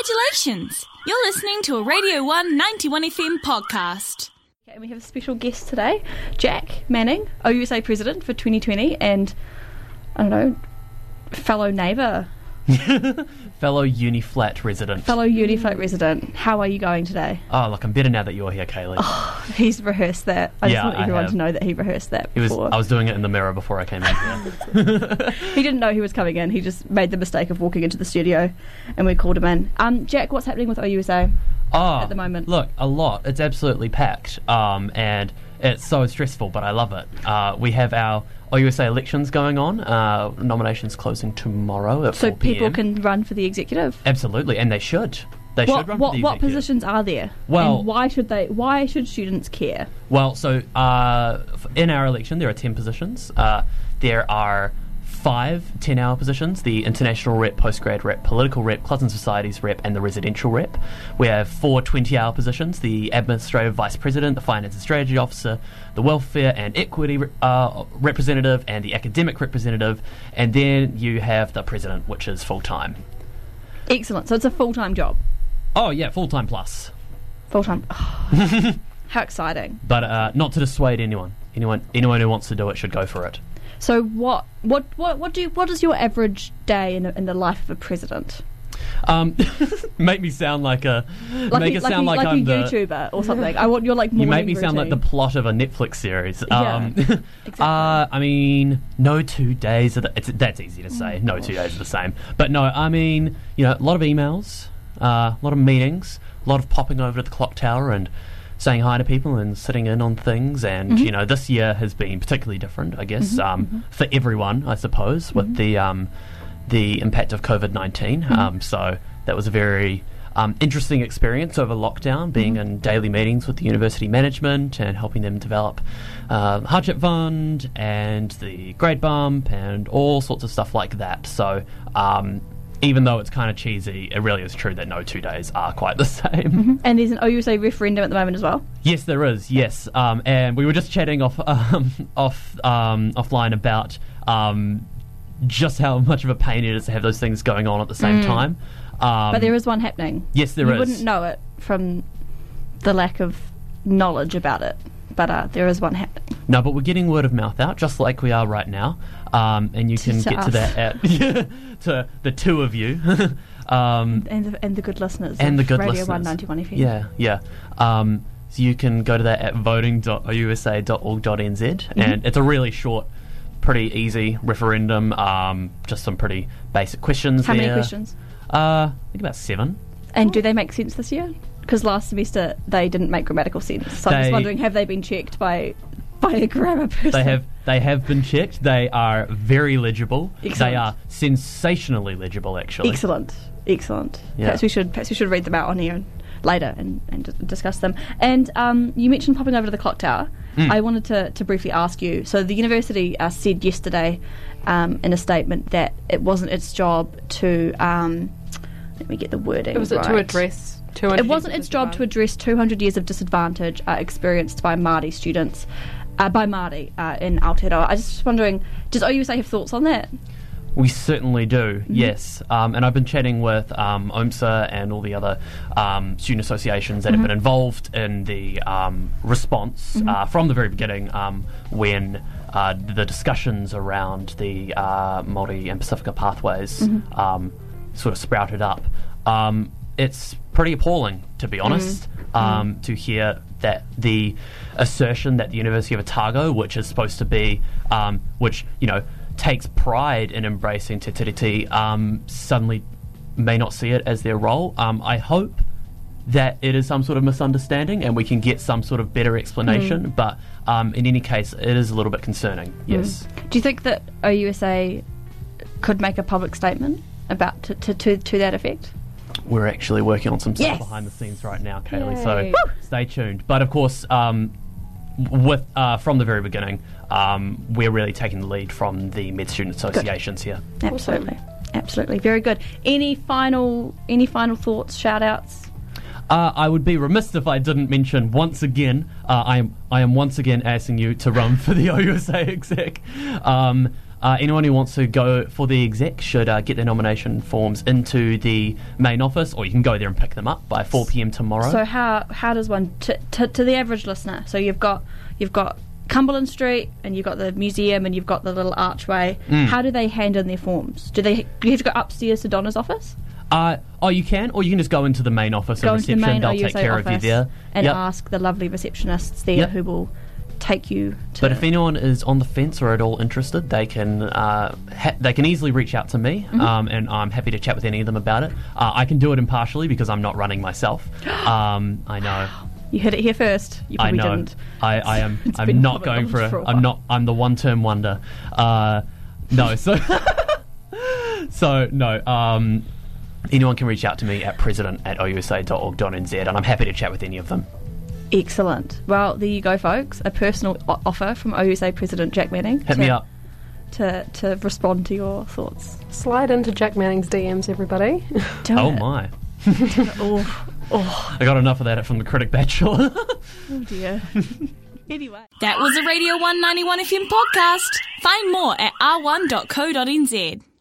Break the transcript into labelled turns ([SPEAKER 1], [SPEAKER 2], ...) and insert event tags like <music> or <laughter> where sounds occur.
[SPEAKER 1] Congratulations! You're listening to a Radio 1 91 FM podcast.
[SPEAKER 2] And we have a special guest today, Jack Manning, OUSA President for 2020, and I don't know, fellow neighbour,
[SPEAKER 3] fellow Uniflat resident.
[SPEAKER 2] fellow
[SPEAKER 3] Hmm.
[SPEAKER 2] Uniflat resident. How are you going today? <laughs>
[SPEAKER 3] oh, look, I'm better now that you're here, Kaylee.
[SPEAKER 2] Oh, He's rehearsed that. I
[SPEAKER 3] Yeah,
[SPEAKER 2] just want
[SPEAKER 3] I
[SPEAKER 2] everyone
[SPEAKER 3] have.
[SPEAKER 2] to know that he rehearsed that
[SPEAKER 3] it was.
[SPEAKER 2] before.
[SPEAKER 3] I was doing it in the mirror before I came in here.
[SPEAKER 2] He didn't know he was coming in. He just made the mistake of walking into the studio, and we called him in. Um, Jack, what's happening with OUSA? <laughs>
[SPEAKER 3] Oh,
[SPEAKER 2] At the moment.
[SPEAKER 3] Look, a lot. It's absolutely packed, um, and it's so stressful, but I love it. Uh, we have our OUSA elections going on. Uh, nominations closing tomorrow at
[SPEAKER 2] So
[SPEAKER 3] 4
[SPEAKER 2] people
[SPEAKER 3] PM.
[SPEAKER 2] can run for the executive.
[SPEAKER 3] absolutely, and they should. They
[SPEAKER 2] What
[SPEAKER 3] should run
[SPEAKER 2] what,
[SPEAKER 3] for the
[SPEAKER 2] what
[SPEAKER 3] executive.
[SPEAKER 2] positions are there?
[SPEAKER 3] Well-
[SPEAKER 2] and why should they? Why should students care?
[SPEAKER 3] Well, so uh, f- in our election, there are 10 positions. Uh, there are five 10 hour positions the international rep, postgrad rep, political rep, clubs and societies rep, and the residential rep. We have four 20 hour positions the administrative vice president, the finance and strategy officer, the welfare and equity re- uh, representative, and the academic representative. And then you have the president, which is full time.
[SPEAKER 2] Excellent. So it's a full time job.
[SPEAKER 3] Oh, yeah, full time plus.
[SPEAKER 2] Full time.
[SPEAKER 3] <laughs>
[SPEAKER 2] how exciting!
[SPEAKER 3] But uh, not to dissuade anyone. Anyone, anyone who wants to do it should go for it.
[SPEAKER 2] So what what what what do what is your average day in, in the life of a president?
[SPEAKER 3] Um, <laughs> make me sound like a
[SPEAKER 2] Like
[SPEAKER 3] make
[SPEAKER 2] a,
[SPEAKER 3] it sound
[SPEAKER 2] a,
[SPEAKER 3] like,
[SPEAKER 2] like
[SPEAKER 3] I'm
[SPEAKER 2] a
[SPEAKER 3] the
[SPEAKER 2] YouTuber
[SPEAKER 3] <laughs>
[SPEAKER 2] or something. I want your like
[SPEAKER 3] you
[SPEAKER 2] morning
[SPEAKER 3] make me sound like the
[SPEAKER 2] routine.
[SPEAKER 3] plot of a Netflix series.
[SPEAKER 2] Yeah,
[SPEAKER 3] Um, <laughs>
[SPEAKER 2] exactly.
[SPEAKER 3] uh, I mean, no two days are the, it's, that's easy to say. No two days are the same. But no, I mean, you know, a lot of emails, uh, a lot of meetings, a lot of popping over to the clock tower and saying hi to people and sitting in on things. And
[SPEAKER 2] Mm-hmm.
[SPEAKER 3] you know, this year has been particularly different, I guess, um, for everyone, I suppose,
[SPEAKER 2] Mm-hmm.
[SPEAKER 3] with the um, the impact of COVID 19 Um, so that was a very um, interesting experience over lockdown, being
[SPEAKER 2] Mm-hmm.
[SPEAKER 3] in daily meetings with the university management and helping them develop um, hardship fund and the grade bump and all sorts of stuff like that. So. Um, even though it's kind of cheesy, it really is true that no two days are quite the <laughs> same.
[SPEAKER 2] and oh, there's an OUSA referendum at the moment as well.
[SPEAKER 3] Yes, there is. Yes, um, and we were just chatting off <laughs> um, off um, offline about um, just how much of a pain it is to have those things going on at the same time. Um,
[SPEAKER 2] Mm. But there is one happening.
[SPEAKER 3] yes, there
[SPEAKER 2] you
[SPEAKER 3] is.
[SPEAKER 2] wouldn't know it from the lack of knowledge about it, but uh, there is one happening.
[SPEAKER 3] No, but we're getting word of mouth out, just like we are right now. Um, and you can
[SPEAKER 2] to
[SPEAKER 3] get
[SPEAKER 2] us.
[SPEAKER 3] to that at <laughs> yeah, to the two of you. <laughs> um,
[SPEAKER 2] And the, and the good listeners.
[SPEAKER 3] and the
[SPEAKER 2] of
[SPEAKER 3] good
[SPEAKER 2] Radio
[SPEAKER 3] listeners.
[SPEAKER 2] 191 FM.
[SPEAKER 3] Yeah, yeah. Um, so you can go to that at voting.usa.org.nz,
[SPEAKER 2] Mm-hmm.
[SPEAKER 3] and it's a really short, pretty easy referendum. Um, just some pretty basic questions.
[SPEAKER 2] How many
[SPEAKER 3] there.
[SPEAKER 2] questions?
[SPEAKER 3] Uh, I think about seven.
[SPEAKER 2] And do they make sense this year? Because last semester they didn't make grammatical sense. So I'm just
[SPEAKER 3] They-
[SPEAKER 2] wondering, have they been checked by by a grammar person?
[SPEAKER 3] They have they have been checked. They are very legible.
[SPEAKER 2] Excellent.
[SPEAKER 3] They are sensationally legible, actually.
[SPEAKER 2] Excellent, excellent.
[SPEAKER 3] Yeah.
[SPEAKER 2] Perhaps we should perhaps we should read them out on here later and, and d- discuss them. And um, you mentioned popping over to the clock tower.
[SPEAKER 3] Hmm.
[SPEAKER 2] I wanted to, to briefly ask you. So the university uh, said yesterday um, in a statement that it wasn't its job to. Um, let me get the wording.
[SPEAKER 4] Was it to
[SPEAKER 2] right.
[SPEAKER 4] address 200
[SPEAKER 2] It wasn't its job to address 200 years of disadvantage uh, experienced by Māori students, uh, by Māori uh, in Aotearoa. I was just wondering, does OUSA have thoughts on that?
[SPEAKER 3] We certainly do, yes. Um, and I've been chatting with um, OMSA and all the other um, student associations that have been involved in the um, response uh, from the very beginning um, when uh, the discussions around the uh, Māori and Pacifica pathways um, sort of sprouted up. Um, it's pretty appalling, to be honest, um, to hear that the assertion that the University of Otago, which is supposed to be, um, which, you know, takes pride in embracing Te Tiriti, um, suddenly may not see it as their role. Um, I hope that it is some sort of misunderstanding and we can get some sort of better explanation, but um, in any case, it is a little bit concerning, yes.
[SPEAKER 2] Do you think that OUSA could make a public statement about to, to, to, to that effect?
[SPEAKER 3] we're actually working on some stuff
[SPEAKER 2] Yes.
[SPEAKER 3] behind the scenes right now, Kaylee. So
[SPEAKER 4] Yay.
[SPEAKER 3] stay tuned. But of course, um, with uh, from the very beginning, um, we're really taking the lead from the med student associations here.
[SPEAKER 2] Absolutely, absolutely, very good. Any final any final thoughts? Shout outs?
[SPEAKER 3] Uh, I would be remiss if I didn't mention once again. <laughs> Uh, I am I am once again asking you to run for the OUSA exec. Um, uh, uh, anyone who wants to go for the exec should uh, get their nomination forms into the main office, or you can go there and pick them up by 4 p.m. tomorrow.
[SPEAKER 2] So how how does one to, to, to the average listener? So you've got you've got Cumberland Street and you've got the museum and you've got the little archway.
[SPEAKER 3] Mm.
[SPEAKER 2] How do they hand in their forms? Do they do you have to go upstairs to Donna's office?
[SPEAKER 3] uh, oh, you can, or you can just go into the main office
[SPEAKER 2] Go
[SPEAKER 3] and
[SPEAKER 2] into the
[SPEAKER 3] reception.
[SPEAKER 2] main
[SPEAKER 3] They'll
[SPEAKER 2] OUSA
[SPEAKER 3] take care
[SPEAKER 2] office
[SPEAKER 3] of you there.
[SPEAKER 2] and
[SPEAKER 3] Yep.
[SPEAKER 2] ask the lovely receptionists there
[SPEAKER 3] Yep.
[SPEAKER 2] who will take you to.
[SPEAKER 3] But if anyone is on the fence or at all interested, they can uh, ha- they can easily reach out to me,
[SPEAKER 2] Mm-hmm.
[SPEAKER 3] um, and I'm happy to chat with any of them about it. Uh, I can do it impartially because I'm not
[SPEAKER 2] <gasps>
[SPEAKER 3] running myself. Um, I know,
[SPEAKER 2] you heard it here first. You
[SPEAKER 3] I
[SPEAKER 2] probably
[SPEAKER 3] know.
[SPEAKER 2] didn't.
[SPEAKER 3] I, I am.
[SPEAKER 2] <laughs> It's been
[SPEAKER 3] I'm not
[SPEAKER 2] public
[SPEAKER 3] going for
[SPEAKER 2] knowledge
[SPEAKER 3] a.
[SPEAKER 2] for a
[SPEAKER 3] I'm
[SPEAKER 2] while.
[SPEAKER 3] not. I'm the one term wonder. Uh, no. <laughs> So. so no. Um, anyone can reach out to me at president at ousa.org.nz, and I'm happy to chat with any of them.
[SPEAKER 2] Excellent. Well, there you go, folks. A personal o- offer from OUSA President Jack Manning.
[SPEAKER 3] Hit
[SPEAKER 2] to,
[SPEAKER 3] me up.
[SPEAKER 2] to to respond to your thoughts.
[SPEAKER 4] Slide into Jack Manning's DMs, everybody.
[SPEAKER 2] Do
[SPEAKER 3] Oh
[SPEAKER 2] it.
[SPEAKER 3] my.
[SPEAKER 2] <laughs> Oh,
[SPEAKER 3] I got enough of that from the critic bachelor. <laughs>
[SPEAKER 2] oh dear. anyway.
[SPEAKER 1] That was a Radio 191 FM podcast. Find more at r1.co.nz.